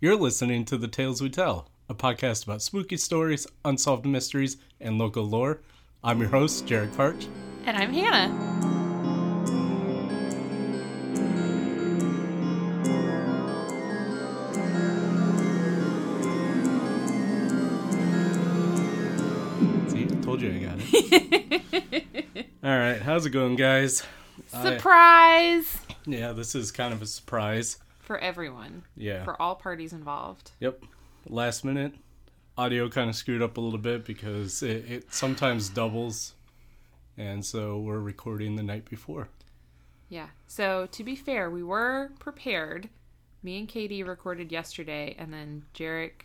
You're listening to The Tales We Tell, a podcast about spooky stories, unsolved mysteries, and local lore. I'm your host, Jared Parch. And I'm Hannah. See, I told you I got it. All right, how's it going, guys? I- Surprise yeah, this is kind of a surprise. for everyone, Yeah. for all parties involved. Yep. Last minute. Audio kind of screwed up a little bit because it, it sometimes doubles. And so we're recording the night before. Yeah. So, to be fair, we were prepared. Me and Katie recorded yesterday, and then Jarek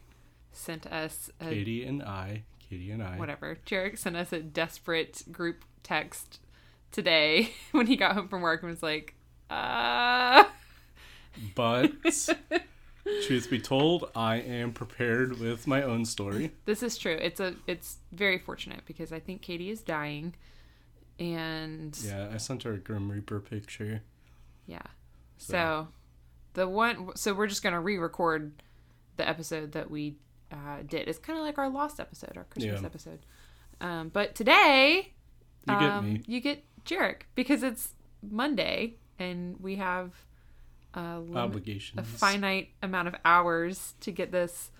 sent us a Katie and I, Katie and I. whatever. Jarek sent us a desperate group text today when he got home from work and was like, uh, But truth be told, I am prepared with my own story. This is true. It's a it's very fortunate because I think Katie is dying and yeah. Yeah, I sent her a Grim Reaper picture. So, the one so we're just going to re-record the episode that we uh, did. It's kind of like our lost episode, our Christmas Yeah. episode. Um, but today You get um, me. you get Jarek because it's Monday and we have a, Um, lim- a Obligations. finite amount of hours to get this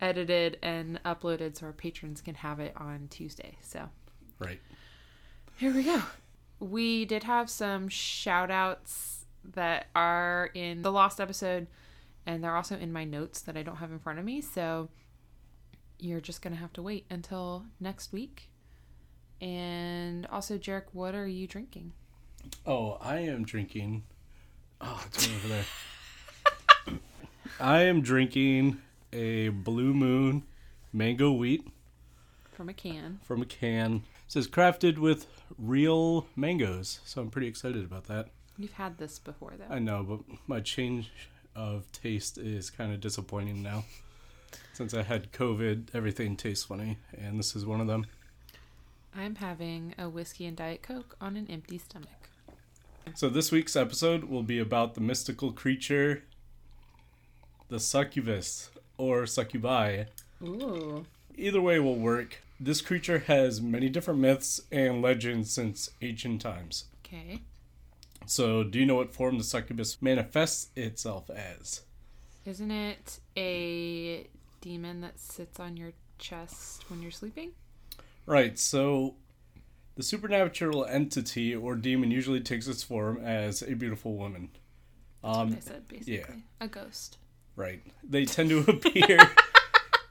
edited and uploaded so our patrons can have it on Tuesday. So Right. Here we go. We did have some shout outs that are in the lost episode, and they're also in my notes that I don't have in front of me. So you're just going to have to wait until next week. And also, Jarek, what are you drinking? Oh, I am drinking. Oh, it's one over there. I am drinking a Blue Moon mango wheat From a can. from a can. It says crafted with real mangoes, so I'm pretty excited about that. You've had this before, though. I know, but my change of taste is kind of disappointing now. Since I had COVID, everything tastes funny, and this is one of them. I'm having a whiskey and Diet Coke on an empty stomach. So this week's episode will be about the mystical creature, the succubus or succubi. Ooh. Either way will work. This creature has many different myths and legends since ancient times. Okay. So, do you know what form the succubus manifests itself as? Isn't it a demon that sits on your chest when you're sleeping? Right, so the supernatural entity or demon usually takes its form as a beautiful woman. I said basically yeah. a ghost. Right. They tend to appear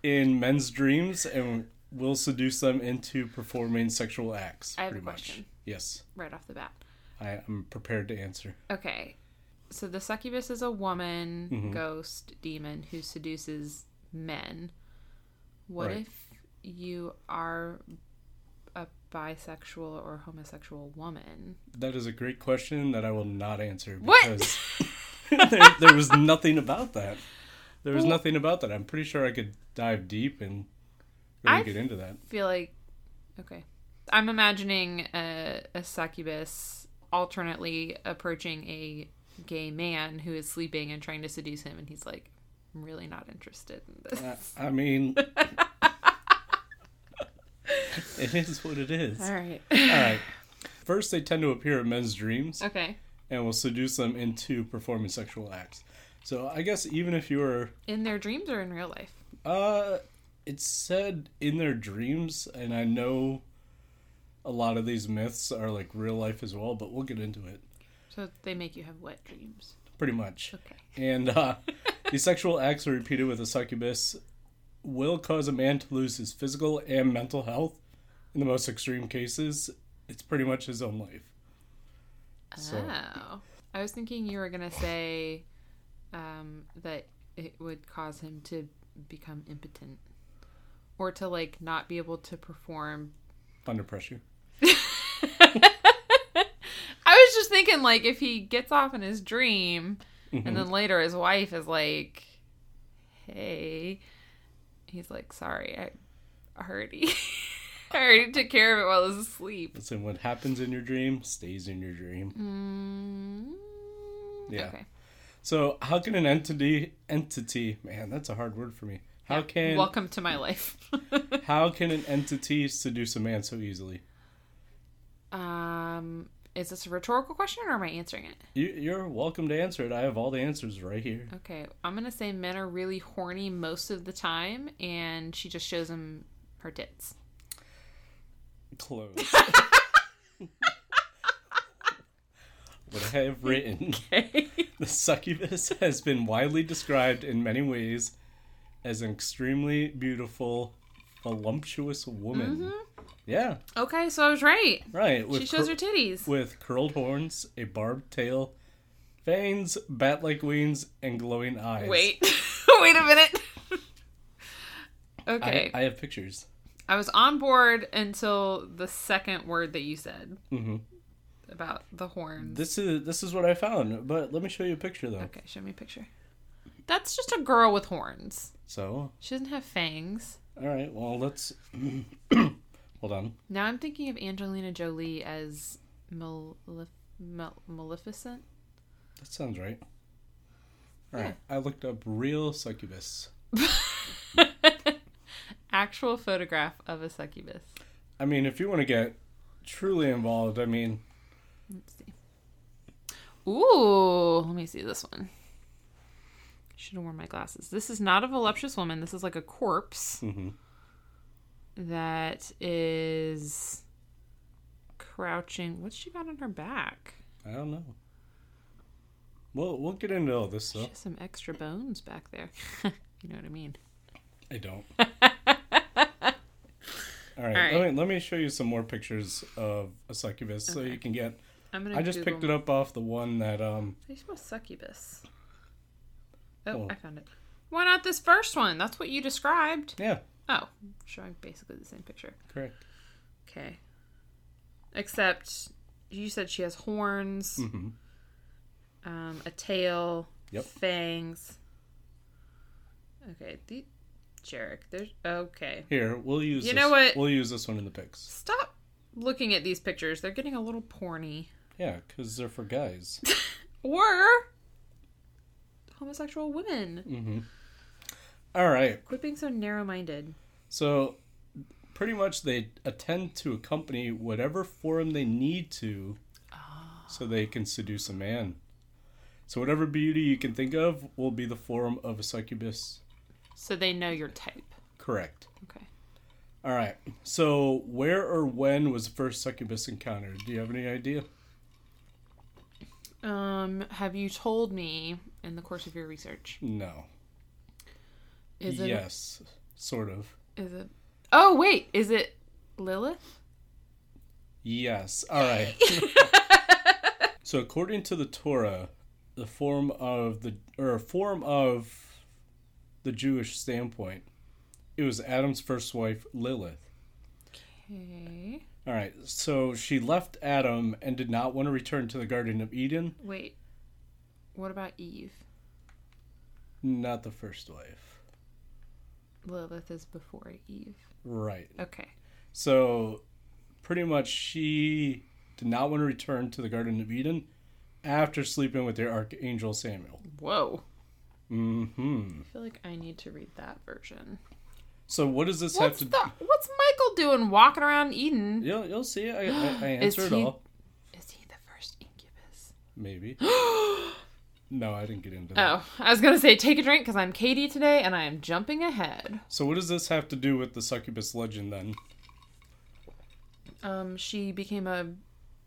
in men's dreams and will seduce them into performing sexual acts. I have a pretty much. question. Yes, Right off the bat. I am prepared to answer. Okay, so the succubus is a woman Mm-hmm. ghost demon who seduces men. What Right. if you are a bisexual or homosexual woman? That is a great question that I will not answer What? because there, there was nothing about that. There was nothing about that. I'm pretty sure I could dive deep and really I've- get into that. feel like okay i'm imagining a, a succubus alternately approaching a gay man who is sleeping and trying to seduce him and he's like i'm really not interested in this I, I mean, it is what it is. all right All right. First, they tend to appear in men's dreams. okay and will seduce them into performing sexual acts. So I guess even if you were, in their dreams or in real life uh, it's said in their dreams, and I know a lot of these myths are like real life as well, but we'll get into it so they make you have wet dreams pretty much. okay And uh, these sexual acts are repeated with a succubus will cause a man to lose his physical and mental health. In the most extreme cases, it's pretty much his own life. So oh i was thinking you were gonna say um that it would cause him to become impotent or to like not be able to perform under pressure. I was just thinking, like, if he gets off in his dream, and then later his wife is like, "Hey," he's like, "Sorry, I already, I already took care of it while I was asleep." Listen, what happens in your dream stays in your dream. Mm, Yeah. Okay. So how can an entity entity man, that's a hard word for me. How Yeah. can Welcome to my life. how can an entity seduce a man so easily? um, is this a rhetorical question or am I answering it? You, you're welcome to answer it. I have all the answers right here. Okay, I'm gonna say men are really horny most of the time, and she just shows them her tits. Close. what I have written. The succubus has been widely described in many ways as an extremely beautiful, voluptuous woman. Yeah, okay, so I was right. right. With Mm-hmm. She shows cur- her titties. with curled horns, a barbed tail, fangs, bat-like wings, and glowing eyes. Wait, wait a minute. I, okay, I, I have pictures. was on board until the second word that you said Mhm. about the horns. This is this is what I found, but let me show you a picture though. Okay, show me a picture. That's just a girl with horns. So, She doesn't have fangs. all right, well let's hold on. Now I'm thinking of Angelina Jolie as Malef- Mal- Maleficent. That sounds right. All right, I looked up real succubus. Actual photograph of a succubus. I mean, if you want to get truly involved, I mean, Let's see. Ooh, let me see this one. Should have worn my glasses. This is not a voluptuous woman. This is like a corpse Mhm. that is crouching. What's she got on her back? I don't know. Well, we'll get into all this She though. has some extra bones back there. you know what I mean? I don't. All right, right. Let, me, let me show you some more pictures of a succubus so you can get. I'm gonna. I just picked it up off the one that um. They smell succubus. Oh, Oh. I found it. Why not this first one? That's what you described. Yeah, Oh, showing basically the same picture. correct. Okay. Except you said she has horns, hmm um, a tail, Yep. fangs. Okay, the Jarek, there's okay. Here, we'll use. You this- know what? We'll use this one in the pics. Stop looking at these pictures. They're getting a little porny. Yeah, because they're for guys. Or homosexual Mm. women. all right. Quit being so narrow minded. So, pretty much they attend to accompany whatever form they need to Ah. so they can seduce a man. So, whatever beauty you can think of will be the form of a succubus. So they know your type. Correct. Okay. All right. So, where or when was the first succubus encountered? Do you have any idea? Um, have you told me in the course of your research? No. Is it yes, sort of. is it Oh wait, is it Lilith? Yes. All right. so according to the Torah, the form of the or form of the Jewish standpoint, it was Adam's first wife Lilith. Okay. All right. So she left Adam and did not want to return to the Garden of Eden, Wait. What about Eve? not the first wife. Lilith is before Eve. Right. Okay. So pretty much she did not want to return to the Garden of Eden after sleeping with the archangel Samuel. Whoa. Mhm. I feel like I need to read that version. So what does this have What's to the what's Michael doing walking around Eden? You'll, you'll see. I, I, I Is answered he- all. Is he the first incubus? Maybe. no, I didn't get into that. Oh, I was gonna say take a drink because I'm Katie today and I am jumping ahead. So what does this have to do with the succubus legend then? Um, she became a,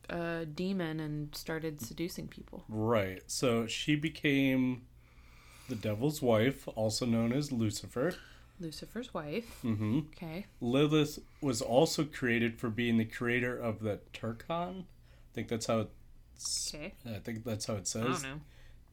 a demon and started seducing people. Right. So she became the devil's wife, also known as Lucifer. Lucifer's wife. hmm Okay. Lilith was also created for being the creator of the Turkhan. I think that's how. It's, Okay. I think that's how it I don't says. know.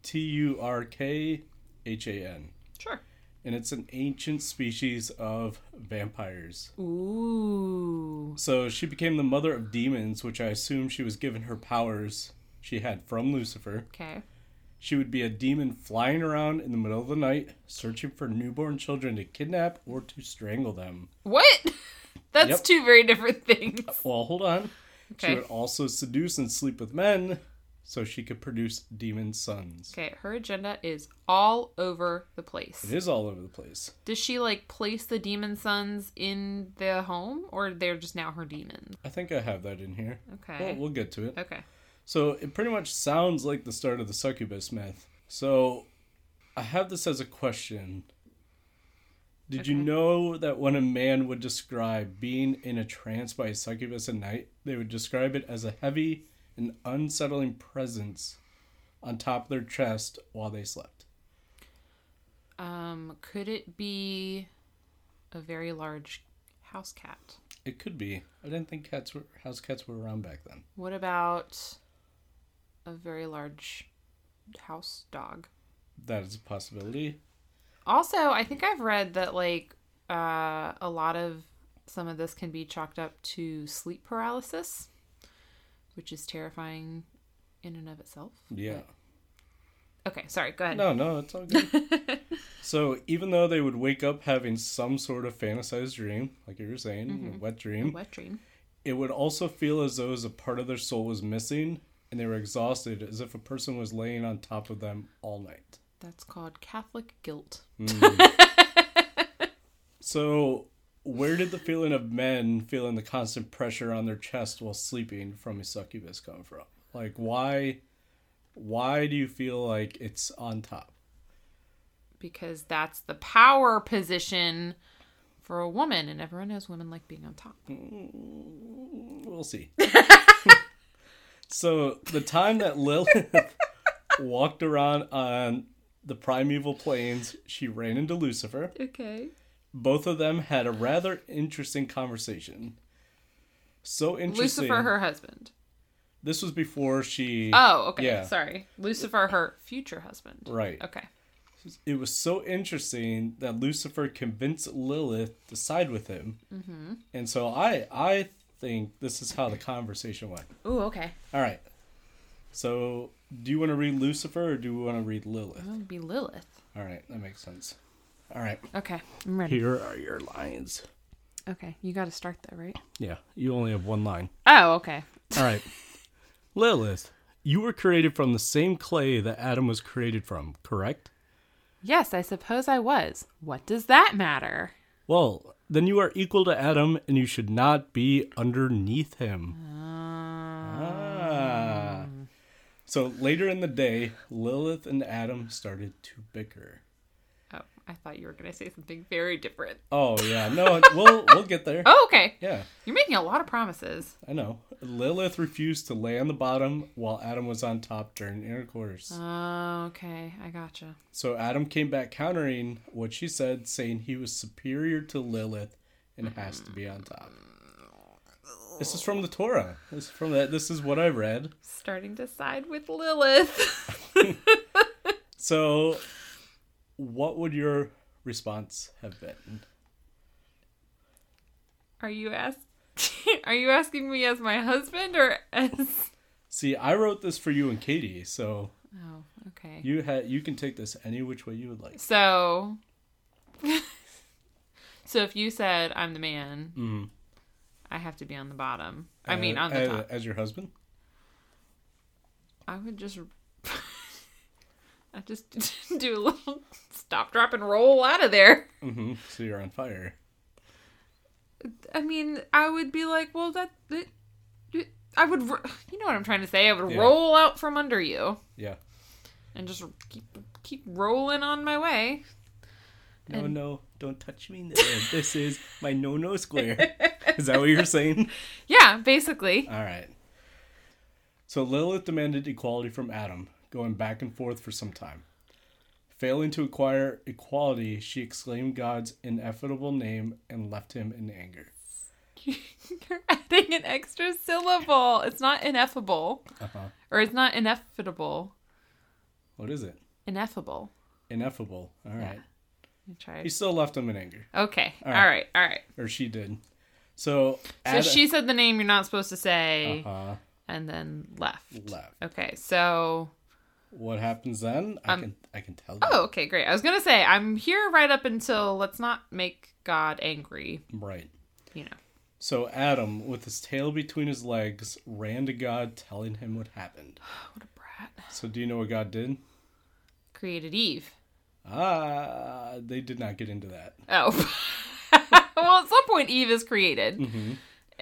T U R K H A N, Sure. and it's an ancient species of vampires. Ooh. So she became the mother of demons, which I assume she was given her powers she had from Lucifer. Okay. She would be a demon flying around in the middle of the night, searching for newborn children to kidnap or to strangle them. What? That's Yep. two very different things. Well, hold on. She Okay. would also seduce and sleep with men, so she could produce demon sons. Okay, her agenda is all over the place. It is all over the place. Does she like place the demon sons in the home or they're just now her demons? I think I have that in here. Okay. Well, we'll get to it. Okay. So it pretty much sounds like the start of the succubus myth. So I have this as a question. Did you Okay. know that when a man would describe being in a trance by a succubus at night, they would describe it as a heavy and unsettling presence on top of their chest while they slept? Um could it be a very large house cat? It could be. I didn't think cats were house cats were around back then. What about a very large house dog? That is a possibility. Also, I think I've read that like uh, a lot of some of this can be chalked up to sleep paralysis, which is terrifying in and of itself. Yeah. Okay, sorry. Go ahead. No, no, it's all good. so even though they would wake up having some sort of fantasized dream, like you were saying, a wet dream, Wet dream. it would also feel as though as a part of their soul was missing and they were exhausted as if a person was laying on top of them all night. That's called Catholic guilt. So where did the feeling of men feeling the constant pressure on their chest while sleeping from a succubus come from? Like why why do you feel like it's on top? because that's the power position for a woman, and everyone knows women like being on top. We'll see. so the time that Lilith walked around on the primeval plains, she ran into Lucifer. Okay. Both of them had a rather interesting conversation. So interesting. Lucifer, her husband. This was before she. Oh, okay. Yeah. Sorry. Lucifer, her future husband. Right. Okay. It was so interesting that Lucifer convinced Lilith to side with him, mm-hmm. and so I I think this is how the conversation went. Ooh, okay. All right. So, do you want to read Lucifer or do we want to read Lilith? That would be Lilith. All right, that makes sense. All right. Okay, I'm ready. Here are your lines. Okay, you got to start though, right? Yeah, you only have one line. Oh, okay. All right. Lilith, you were created from the same clay that Adam was created from, correct? Yes, I suppose I was. What does that matter? Well, then you are equal to Adam and you should not be underneath him. Ah. So later in the day, Lilith and Adam started to bicker. Oh, I thought you were going to say something very different. Oh yeah, no, we'll we'll get there. Oh, okay. Yeah, You're making a lot of promises. I know. Lilith refused to lay on the bottom while Adam was on top during intercourse. Oh, okay. I gotcha. So Adam came back countering what she said, saying he was superior to Lilith and has to be on top. This is from the Torah. This is from that. This is what I read. Starting to side with Lilith. So, what would your response have been? Are you ask? Are you asking me as my husband or as? See, I wrote this for you and Katie, so Oh, okay. you had you can take this any which way you would like. So, so if you said I'm the man, I have to be on the bottom. I mean, Mm-hmm. Uh, on the uh, top. as your husband. I would just, I just do a little stop, drop, and roll out of there. hmm So you're on fire. I mean, I would be like, well, that, that I would, r- you know what I'm trying to say. I would Yeah. roll out from under you Yeah. and just keep keep rolling on my way. No, And- no, don't touch me. There. this is my no no square. is that what you're saying? Yeah, basically. All right. So Lilith demanded equality from Adam, going back and forth for some time. Failing to acquire equality, she exclaimed God's ineffable name and left him in anger. You're adding an extra syllable. It's not ineffable. Uh-huh. Or it's not ineffable. What is it? Ineffable. Ineffable. All right. You try. He still left him in anger, Okay. All right. right. All right. or she did. So, So she said the name you're not supposed to say uh, and then left. left. Okay. So. What happens then? I can I can tell you. Oh, okay. Great. I was going to say, I'm here right up until let's not make God angry, Right. you know. So Adam, with his tail between his legs, ran to God telling him what happened. What a brat. So do you know what God did? Created Eve. Ah, they did not get into that. Oh. well, at some point, Eve is created. Mhm.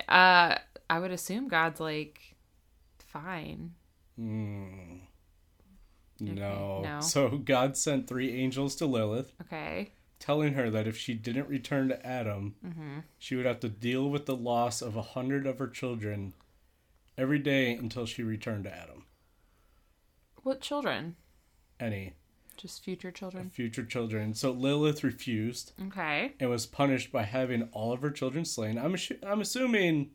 Uh, I would assume God's like, fine. Mm. No. no. So God sent three angels to Lilith, Okay. telling her that if she didn't return to Adam, she would have to deal with the loss of a hundred of her children every day until she returned to Adam. What children? Any Just future children. future children. So Lilith refused Okay. and was punished by having all of her children slain. I'm assu- I'm assuming.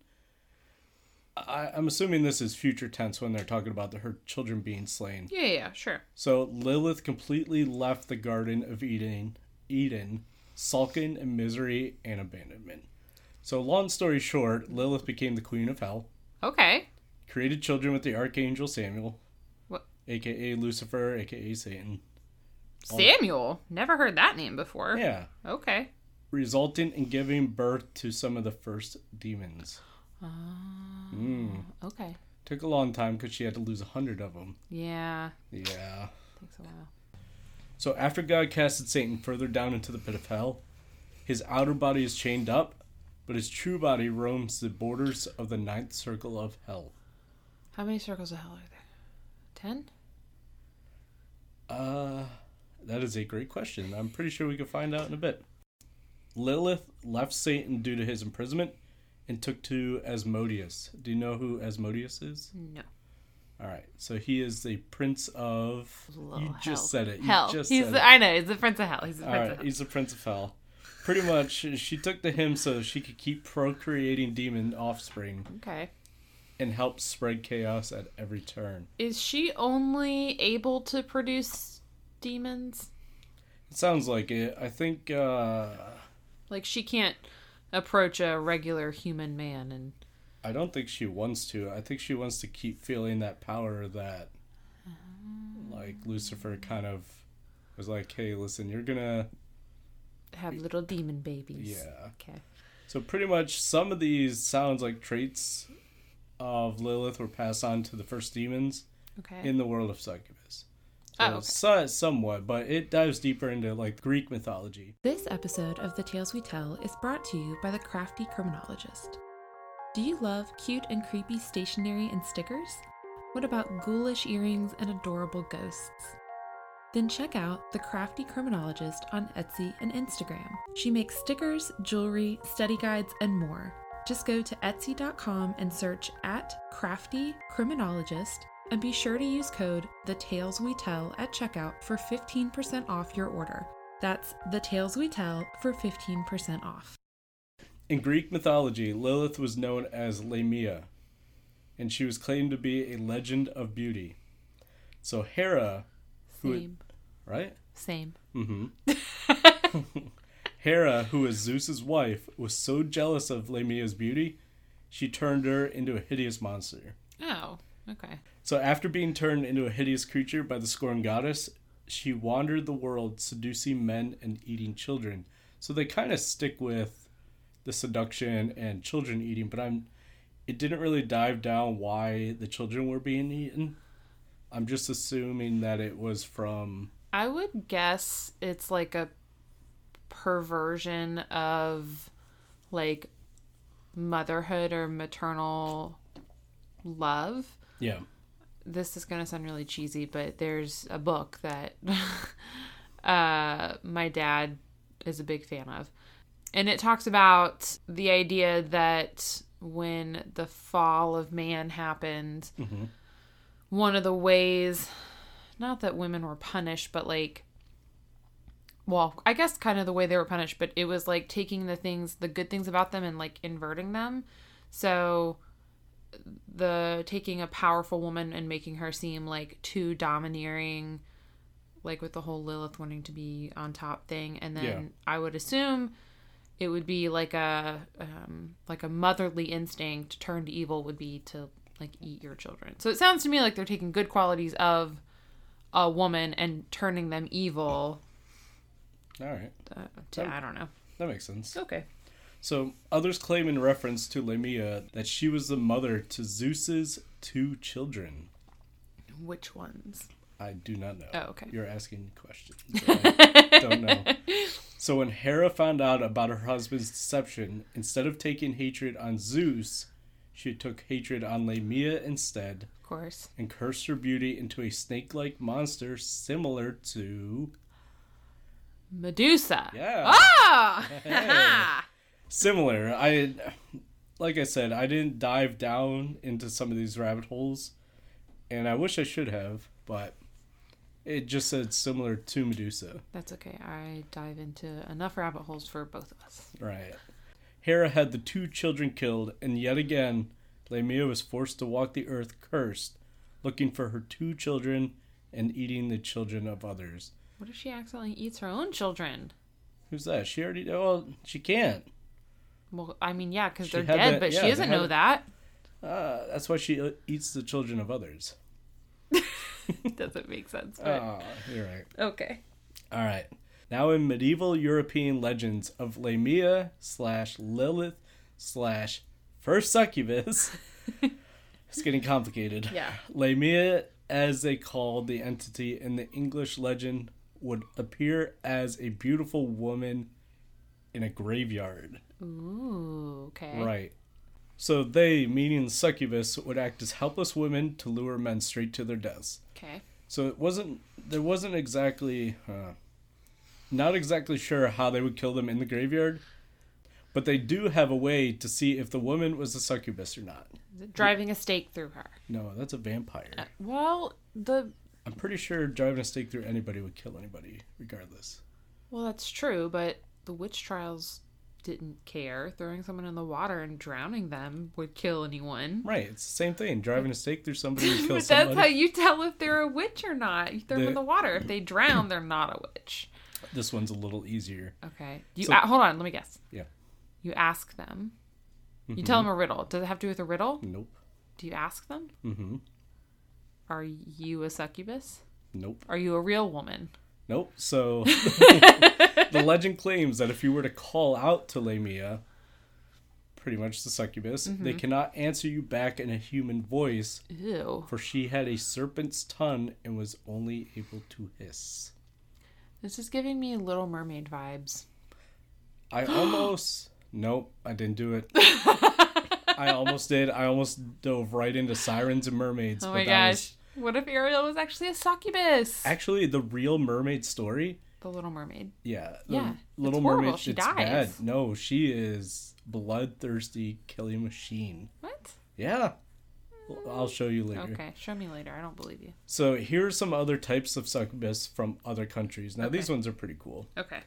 I, I'm assuming this is future tense when they're talking about the, her children being slain. Yeah, yeah, yeah, sure. So Lilith completely left the Garden of Eden, Eden, sulking in misery and abandonment. So long story short, Lilith became the queen of hell, Okay. created children with the archangel Samuel, What? aka Lucifer, aka Satan. Samuel. Never heard that name before. Yeah, Okay. resulting in giving birth to some of the first demons. Okay. Took a long time because she had to lose a hundred of them. Yeah. Yeah. Takes a while. So after God casted Satan further down into the pit of hell, his outer body is chained up, but his true body roams the borders of the ninth circle of hell. How many circles of hell are there? Ten? Uh, that is a great question. I'm pretty sure we could find out in a bit. Lilith left Satan due to his imprisonment and took to Asmodeus. Do you know who Asmodeus is? No. All right, so he is the prince of. Little you hell. just said it. You hell. just he's said the, it. I know, he's the prince of hell. He's the All prince right, of hell. he's the prince of hell. Pretty much, she took to him so she could keep procreating demon offspring Okay. and help spread chaos at every turn. Is she only able to produce demons? It sounds like it. I think uh, Like she can't approach a regular human man and I don't think she wants to. I think she wants to keep feeling that power that, like Lucifer, kind of was like, "Hey, listen, you're gonna." have little demon babies. Yeah. Okay. So pretty much, some of these sounds like traits of Lilith were passed on to the first demons. Okay. in the world of succubus. So, Oh, okay. so- somewhat, but it dives deeper into like Greek mythology. This episode of The Tales We Tell is brought to you by the Crafty Criminologist. Do you love cute and creepy stationery and stickers? What about ghoulish earrings and adorable ghosts? Then check out The Crafty Criminologist on Etsy and Instagram. She makes stickers, jewelry, study guides, and more. Just go to etsy.com and search at Crafty Criminologist and be sure to use code The Tales We Tell at checkout for 15% off your order. That's The Tales We Tell for 15% off. In Greek mythology, Lilith was known as Lamia, and she was claimed to be a legend of beauty. So Hera, who- Same. right? Same. Mm-hmm. Hera, who is Zeus's wife, was so jealous of Lamia's beauty, she turned her into a hideous monster. Oh, okay. So after being turned into a hideous creature by the scorn goddess, she wandered the world seducing men and eating children. So they kind of stick with the seduction and children eating, but I'm it didn't really dive down why the children were being eaten. I'm just assuming that it was from I would guess it's like a perversion of like motherhood or maternal love. yeah. This is going to sound really cheesy, but there's a book that uh, my dad is a big fan of. And it talks about the idea that when the fall of man happened, one of the ways not that women were punished but like well i guess kind of the way they were punished but it was like taking the things the good things about them and like inverting them so the taking a powerful woman and making her seem like too domineering like with the whole lilith wanting to be on top thing and then Yeah. i would assume it would be like a um, like a motherly instinct turned evil would be to like eat your children. So it sounds to me like they're taking good qualities of a woman and turning them evil. All right. Uh, to, I don't know. That makes sense. Okay. So, others claim in reference to Lamia that she was the mother to Zeus's two children. Which ones? I do not know. Oh, okay. You're asking questions. that I don't know. So when Hera found out about her husband's deception, instead of taking hatred on Zeus, she took hatred on Lamia instead Of course. and cursed her beauty into a snake-like monster similar to Medusa. yeah Oh! similar. I like I said, I didn't dive down into some of these rabbit holes, and I wish I should have, but it just said similar to Medusa. That's okay. I dive into enough rabbit holes for both of us. Right. Hera had the two children killed, and yet again, Lamia was forced to walk the earth cursed, looking for her two children and eating the children of others. What if she accidentally eats her own children? Who's that? She already. Well, she can't. Well, I mean, yeah, because She they're had dead, that- but yeah, she they doesn't had know it- that. Uh, that's why she uh, eats the children of others. doesn't make sense. But... Ah, you're right. Okay. All right. Now in medieval European legends of Lamia slash Lilith slash first succubus, it's getting complicated. Yeah. Lamia, as they called the entity in the English legend, would appear as a beautiful woman in a graveyard. Ooh, okay. Right. So they, meaning succubus, would act as helpless women to lure men straight to their deaths. Okay. So it wasn't. There wasn't exactly. Uh, not exactly sure how they would kill them in the graveyard, but they do have a way to see if the woman was a succubus or not. Driving a stake through her. No, that's a vampire. Ah. Well, the I'm pretty sure driving a stake through anybody would kill anybody, regardless. well, that's true, but the witch trials didn't care. Throwing someone in the water and drowning them would kill anyone. Right, it's the same thing. Driving a stake through somebody would kill But somebody. that's how you tell if they're a witch or not. You throw them in The- the water. If they drown, they're not a witch. This one's a little easier. Okay. You So- a- hold on. Let me guess. Yeah. You ask them. You tell Mm-hmm. them a riddle. Does it have to do with a riddle? Nope. Do you ask them? Mm-hmm. Are you a succubus? Nope. Are you a real woman? Nope. So the legend claims that if you were to call out to Lamia, pretty much the succubus, they Mm-hmm. cannot answer you back in a human voice, Ew. for she had a serpent's tongue and was only able to hiss. This is giving me Little Mermaid vibes. I almost nope, I didn't do it. I almost did. I almost dove right into sirens and mermaids. Oh but my that gosh. was- What if Ariel was actually a succubus? actually, the real mermaid story. the Little Mermaid. Yeah. the Yeah, Little it's horrible. mermaid. She it's dies. bad. No, she is bloodthirsty killing machine. What? Yeah. Well, I'll show you later. Mm, Okay, show me later. I don't believe you. So here are some other types of succubus from other countries. Now these Okay. ones are pretty cool. Okay.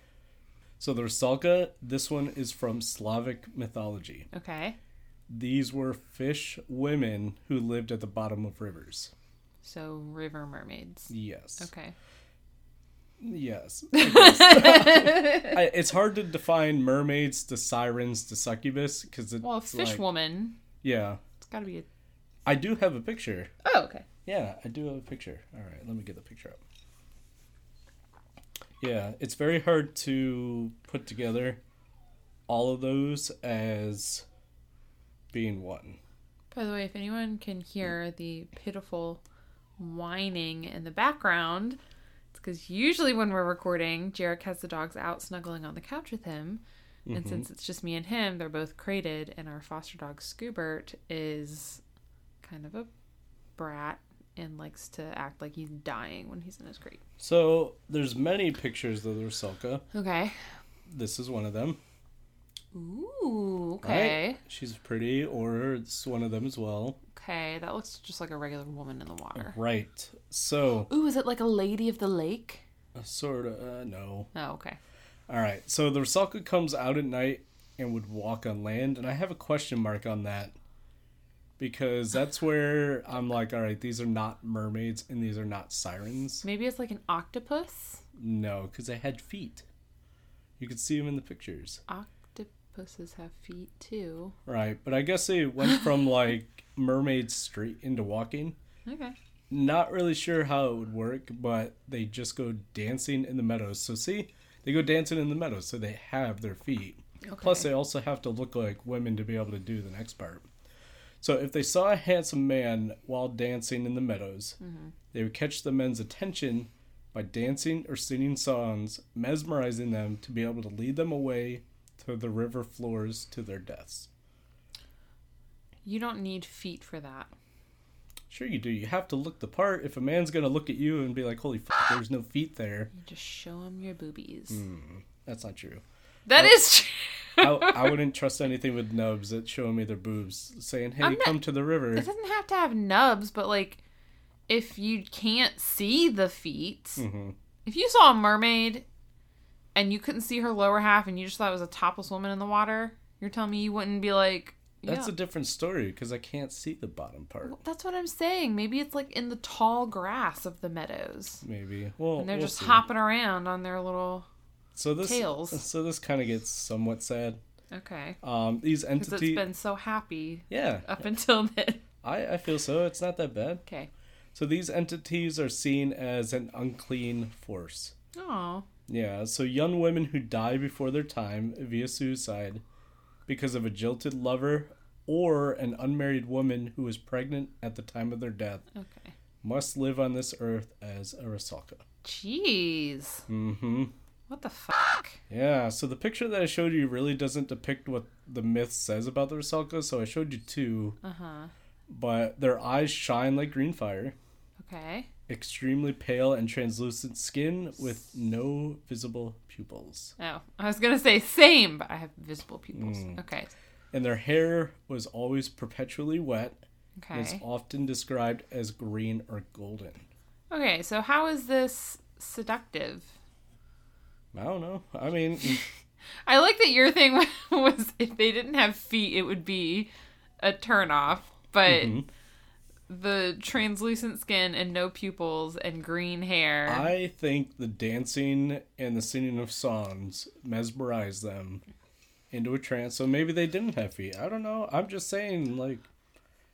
So the Rusalka, this one is from Slavic mythology. Okay. These were fish women who lived at the bottom of rivers. So, river mermaids. Yes. Okay. Yes. I guess. I- it's hard to define mermaids to sirens to succubus because it's Well, a fish like- woman. Yeah, It's got to be a. I do have a picture. Oh, okay. Yeah, I do have a picture. All right, let me get the picture up. Yeah, it's very hard to put together all of those as being one. By the way, if anyone can hear the pitiful whining in the background, it's because usually when we're recording, Jarek has the dogs out snuggling on the couch with him. And since it's just me and him, they're both crated, and our foster dog Scoobert is kind of a brat and likes to act like he's dying when he's in his crate. So there's many pictures of the Rusalka. Okay. This is one of them. Ooh, right? okay. She's pretty, or it's one of them as well. Okay, that looks just like a regular woman in the water. Right. So, Ooh, is it like a lady of the lake? sort of, uh, no. Oh, okay. All right. So the Rusalka comes out at night and would walk on land, and I have a question mark on that because that's where I'm like, all right, these are not mermaids and these are not sirens. Maybe it's like an octopus? No, because they had feet. You could see them in the pictures, Octopuses have feet too. right? But I guess they went from like mermaids straight into walking. Okay. Not really sure how it would work, but they just go dancing in the meadows. So see, they go dancing in the meadows, so they have their feet. Okay. Plus, they also have to look like women to be able to do the next part. So, if they saw a handsome man while dancing in the meadows, they would catch the men's attention by dancing or singing songs, mesmerizing them to be able to lead them away to the river floors to their deaths. you don't need feet for that. Sure, you do. You have to look the part. If a man's going to look at you and be like, holy fuck, there's no feet there, You just show them your boobies. Hmm. that's not true. That Oh. is true. I, I wouldn't trust anything with nubs that show me their boobs, saying, hey, I'm not- come to the river. It doesn't have to have nubs, but like, if you can't see the feet, Mm-hmm. if you saw a mermaid and you couldn't see her lower half and you just thought it was a topless woman in the water, you're telling me you wouldn't be like, yeah. That's a different story because I can't see the bottom part. That's what I'm saying. Maybe it's like in the tall grass of the meadows. Maybe. Well, And they're we'll just see. hopping around on their little. so this, tails. So this kind of gets somewhat sad. Okay. Um, these 'Cause entities. it's been so happy yeah, up until then. I, I feel so. It's not that bad. Okay. So these entities are seen as an unclean force. Oh. Yeah, so young women who die before their time via suicide because of a jilted lover or an unmarried woman who was pregnant at the time of their death Okay. must live on this earth as a Rasalka. Jeez. hmm What the fuck? Yeah, so the picture that I showed you really doesn't depict what the myth says about the Rasalka, so I showed you two, Uh huh. but their eyes shine like green fire, Okay. extremely pale and translucent skin with no visible pupils. Oh, I was gonna say same, but I have visible pupils. Mm. Okay. And their hair was always perpetually wet and is Okay. often described as green or golden. Okay. So how is this seductive? I don't know. I mean, I like that your thing was if they didn't have feet, it would be a turnoff. But Mm-hmm. the translucent skin and no pupils and green hair. I think the dancing and the singing of songs mesmerized them into a trance. So maybe they didn't have feet. I don't know. I'm just saying, like,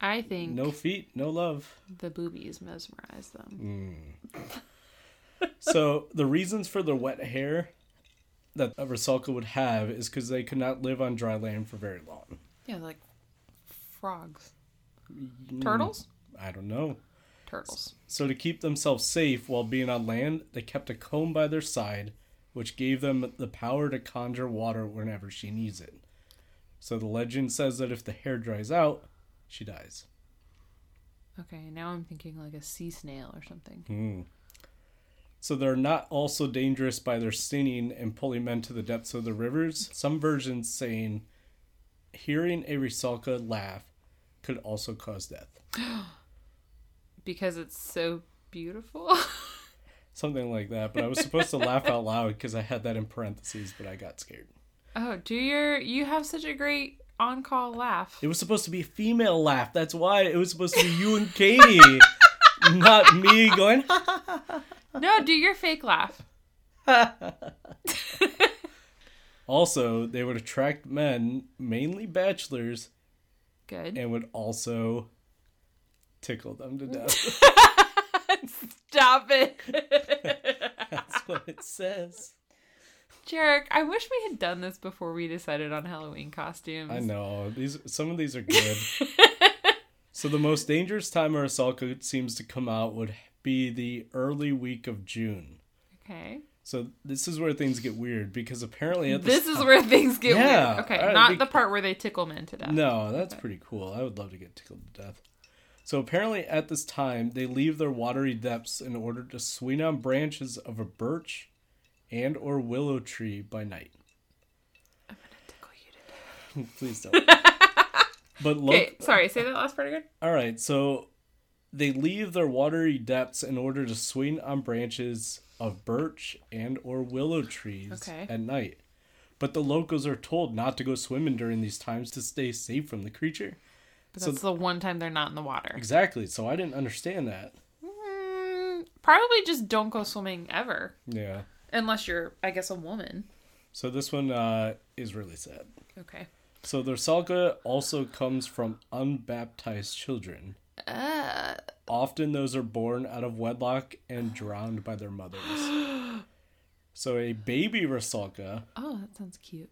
I think no feet, no love. the boobies mesmerize Mm. them. so the reasons for the wet hair that a Rasalka would have is because they could not live on dry land for very long. Yeah, like frogs, turtles, Mm, I don't know. turtles. So to keep themselves safe while being on land, they kept a comb by their side, which gave them the power to conjure water whenever she needs it. So the legend says that if the hair dries out, she dies. Okay, now I'm thinking like a sea snail or something. Mm. So they're not also dangerous by their singing and pulling men to the depths of the rivers. Some versions saying hearing a Risalka laugh could also cause death. Because it's so beautiful. Something like that, but I was supposed to laugh out loud because I had that in parentheses, but I got scared. oh, do your you have such a great on-call laugh. It was supposed to be a female laugh. That's why it was supposed to be you and Katie, not me going. "Ha." No, do your fake laugh. Also, they would attract men, mainly bachelors, Good. and would also tickle them to death. Stop it. That's what it says. Jarek, I wish we had done this before we decided on Halloween costumes. I know these. Some of these are good. so the most dangerous time a Rasalka seems to come out would be the early week of June. Okay. So this is where things get weird because apparently at the This is where things get Yeah, weird. Okay, uh, not bec- the part where they tickle men to death. No, that's pretty cool. I would love to get tickled to death. So apparently, at this time, they leave their watery depths in order to swing on branches of a birch and or willow tree by night. Tickle you to death. Please don't. but look, Okay, sorry, say that last part again. all right. So they leave their watery depths in order to swing on branches of birch and or willow trees Okay. at night. But the locals are told not to go swimming during these times to stay safe from the creature. But that's the one time they're not in the water. Exactly. So I didn't understand that. Mm, probably just don't go swimming ever. Yeah. Unless you're, I guess, a woman. So this one uh, is really sad. Okay. So the Salka also comes from unbaptized children. Uh, Often those are born out of wedlock and drowned by their mothers. So a baby Rasalka oh, that sounds cute.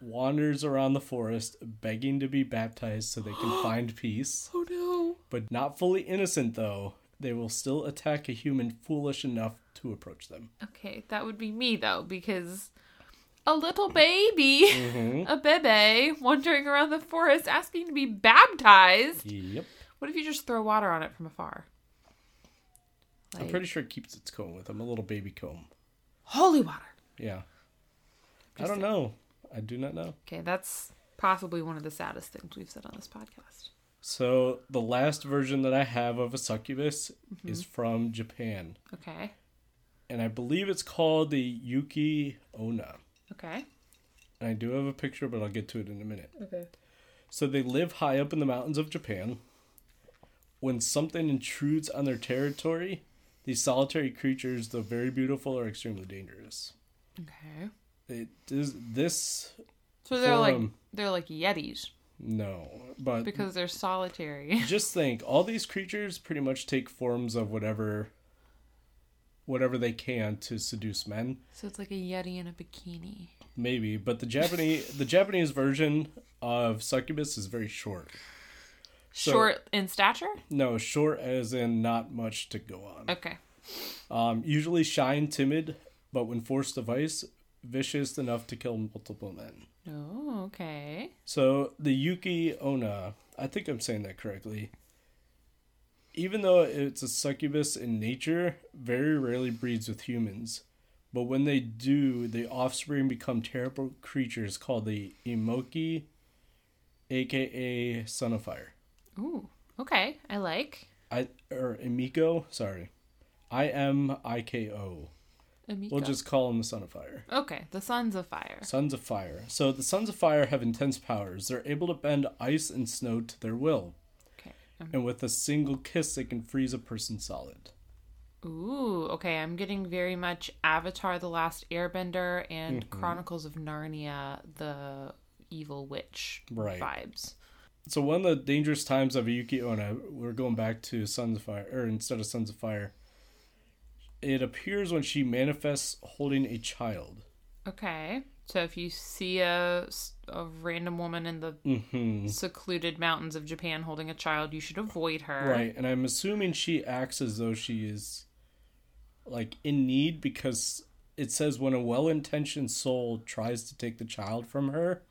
wanders around the forest begging to be baptized so they can find peace. Oh no. But not fully innocent, though, they will still attack a human foolish enough to approach them. Okay, that would be me though, because a little baby, a bebe, wandering around the forest asking to be baptized. Yep. What if you just throw water on it from afar? I'm Like, pretty sure it keeps its comb with them, a little baby comb. holy water. Yeah. I don't know. I do not know. Okay, that's possibly one of the saddest things we've said on this podcast. So, the last version that I have of a succubus is from Japan. Okay. And I believe it's called the Yuki Onna. Okay. And I do have a picture, but I'll get to it in a minute. Okay. So they live high up in the mountains of Japan. When something intrudes on their territory, these solitary creatures, though very beautiful, are extremely dangerous. Okay. It is this So they're like Forum. they're like yetis no, but because they're solitary. just think all these creatures pretty much take forms of whatever whatever they can to seduce men. so it's like a yeti in a bikini. Maybe, but the Japanese the Japanese version of succubus is very short. So- Short in stature? No, short as in not much to go on. Okay. Um, usually shy and timid, but when forced to vice, vicious enough to kill multiple men. Oh, okay. So the Yuki Onna, I think I'm saying that correctly. Even though it's a succubus in nature, very rarely breeds with humans. But when they do, the offspring become terrible creatures called the Imoki, aka Son of Fire. Ooh. Okay. I like. I or Imiko, sorry. I M I K O. Amico. We'll just call him the Son of Fire. Okay, the Sons of Fire. Sons of Fire. So the Sons of Fire have intense powers. They're able to bend ice and snow to their will, Okay. Um, and with a single kiss, they can freeze a person solid. Ooh, okay. I'm getting very much Avatar the Last Airbender and Mm-hmm. Chronicles of Narnia the Evil Witch Right. vibes. So one of the dangerous times of a Yuki Onna, we're going back to Sons of Fire, or instead of Sons of Fire. It appears when she manifests holding a child. Okay. So if you see a, s- a random woman in the Mm-hmm. secluded mountains of Japan holding a child, you should avoid her. Right, and I'm assuming she acts as though she is like in need because it says when a well-intentioned soul tries to take the child from her,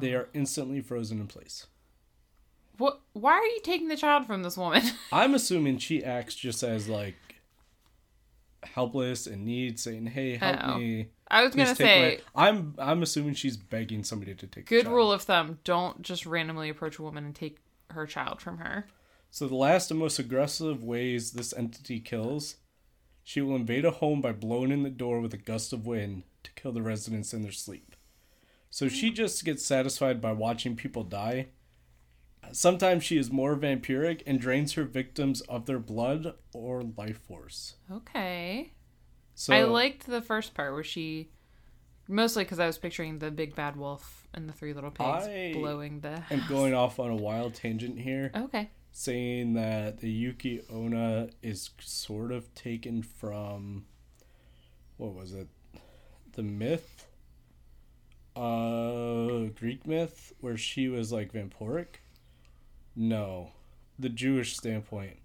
they are instantly frozen in place. What? Why are you taking the child from this woman? I'm assuming she acts just as like helpless and need saying, "Hey, help Uh-oh. me." I was Please gonna take say, my-" I'm I'm assuming she's begging somebody to take. the good child. rule of thumb: don't just randomly approach a woman and take her child from her. So the last and most aggressive ways this entity kills, she will invade a home by blowing in the door with a gust of wind to kill the residents in their sleep. So she Hmm. just gets satisfied by watching people die. Sometimes she is more vampiric and drains her victims of their blood or life force. Okay. So I liked the first part where she, mostly because I was picturing the big bad wolf and the three little pigs I blowing the. I'm going off on a wild tangent here, Okay. saying that the Yuki Onna is sort of taken from what was it? The myth? Uh Greek myth where she was like vampiric? No. The Jewish standpoint.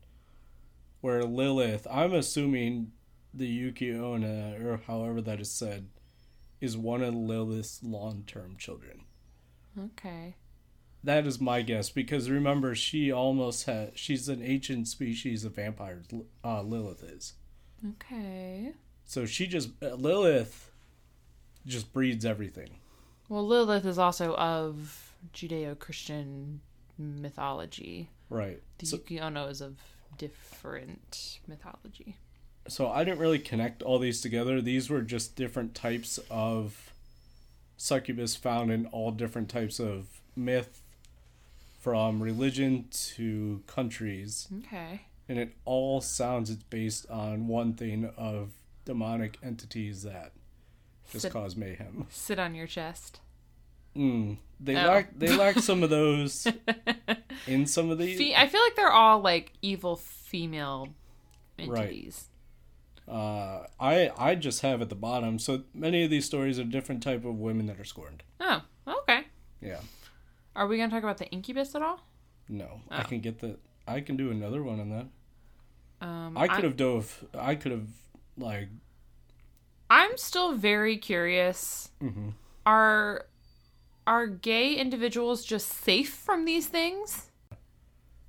Where Lilith, I'm assuming the Yuki Onna, or however that is said, is one of Lilith's long term children. Okay. That is my guess because remember she almost had she's an ancient species of vampires. L- Uh, Lilith is Okay. so she just uh, Lilith just breeds everything. Well, Lilith is also of Judeo Christian mythology. Right. The So, Yuki Ono is of different mythology. so I didn't really connect all these together. These were just different types of succubus found in all different types of myth from religion to countries Okay. and it all sounds it's based on one thing of demonic entities that just Sit- cause mayhem. Sit on your chest. Mm. They Oh. lack they lack some of those in some of these. Fe- I feel like they're all like evil female entities. Uh, I I just have at the bottom. So many of these stories are different type of women that are scorned. Oh, okay. Yeah. Are we going to talk about the incubus at all? No, I Oh. can get the. I can do another one on that. Um, I could have dove. I could have like. I'm still very curious. mhm. Are are gay individuals just safe from these things?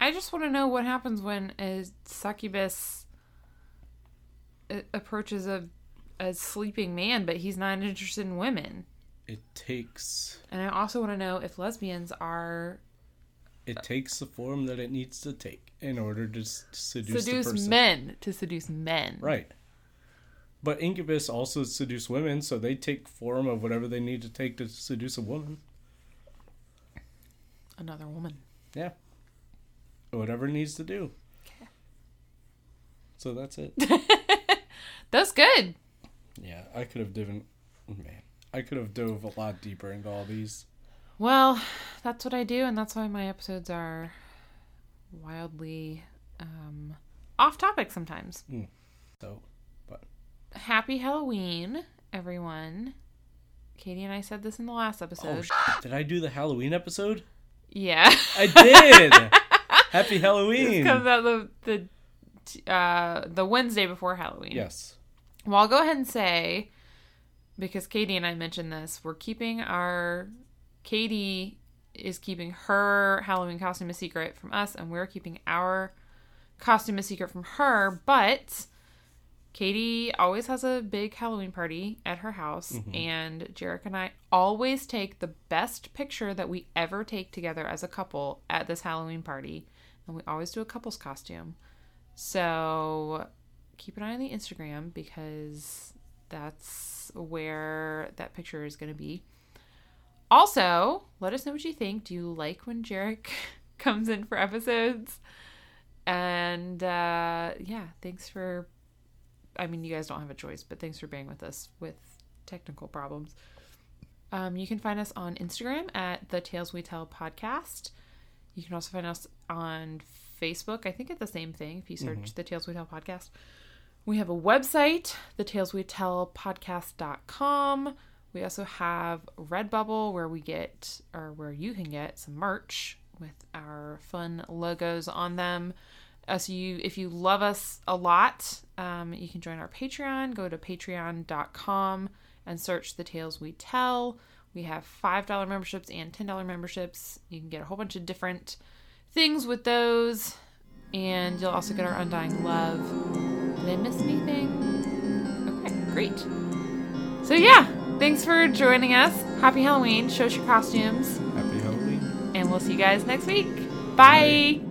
I just want to know what happens when a succubus a- approaches a a sleeping man, but he's not interested in women. It takes. And I also want to know if lesbians are Uh. It takes the form that it needs to take in order to s- seduce, the seduce person. men to seduce men. Right. But incubus also seduce women, so they take form of whatever they need to take to seduce a woman. Another woman. Yeah. Whatever it needs to do. So that's it. That's good. yeah, I could have driven. Man, I could have dove a lot deeper into all these. Well, that's what I do, and that's why my episodes are wildly um, off topic sometimes. Mm. So, but Happy Halloween, everyone. Katie and I said this in the last episode. oh, sh- did I do the Halloween episode? yeah. I did. Happy Halloween. Comes out the the t- uh, the Wednesday before Halloween. Yes. Well, I'll go ahead and say, because Katie and I mentioned this, we're keeping our. Katie is keeping her Halloween costume a secret from us, and we're keeping our costume a secret from her. But Katie always has a big Halloween party at her house, and Jarek and I always take the best picture that we ever take together as a couple at this Halloween party, and we always do a couple's costume. So keep an eye on the Instagram because that's where that picture is going to be. Also, let us know what you think. Do you like when Jarek comes in for episodes? And uh, yeah, thanks for. I mean, you guys don't have a choice, but thanks for being with us with technical problems. Um, you can find us on Instagram at the Tales We Tell podcast. You can also find us on Facebook. I think it's the same thing if you search the Tales We Tell podcast. We have a website, thetaleswetellpodcast.com. We also have Redbubble where we get or where you can get some merch with our fun logos on them. Uh, so you if you love us a lot, um, you can join our Patreon. Go to patreon.com and search the tales we tell. We have $5 memberships and $10 memberships. You can get a whole bunch of different things with those. And you'll also get our undying love. Did I miss anything? Okay, great. So yeah, thanks for joining us. Happy Halloween. Show us your costumes, Happy Halloween. and we'll see you guys next week. Bye.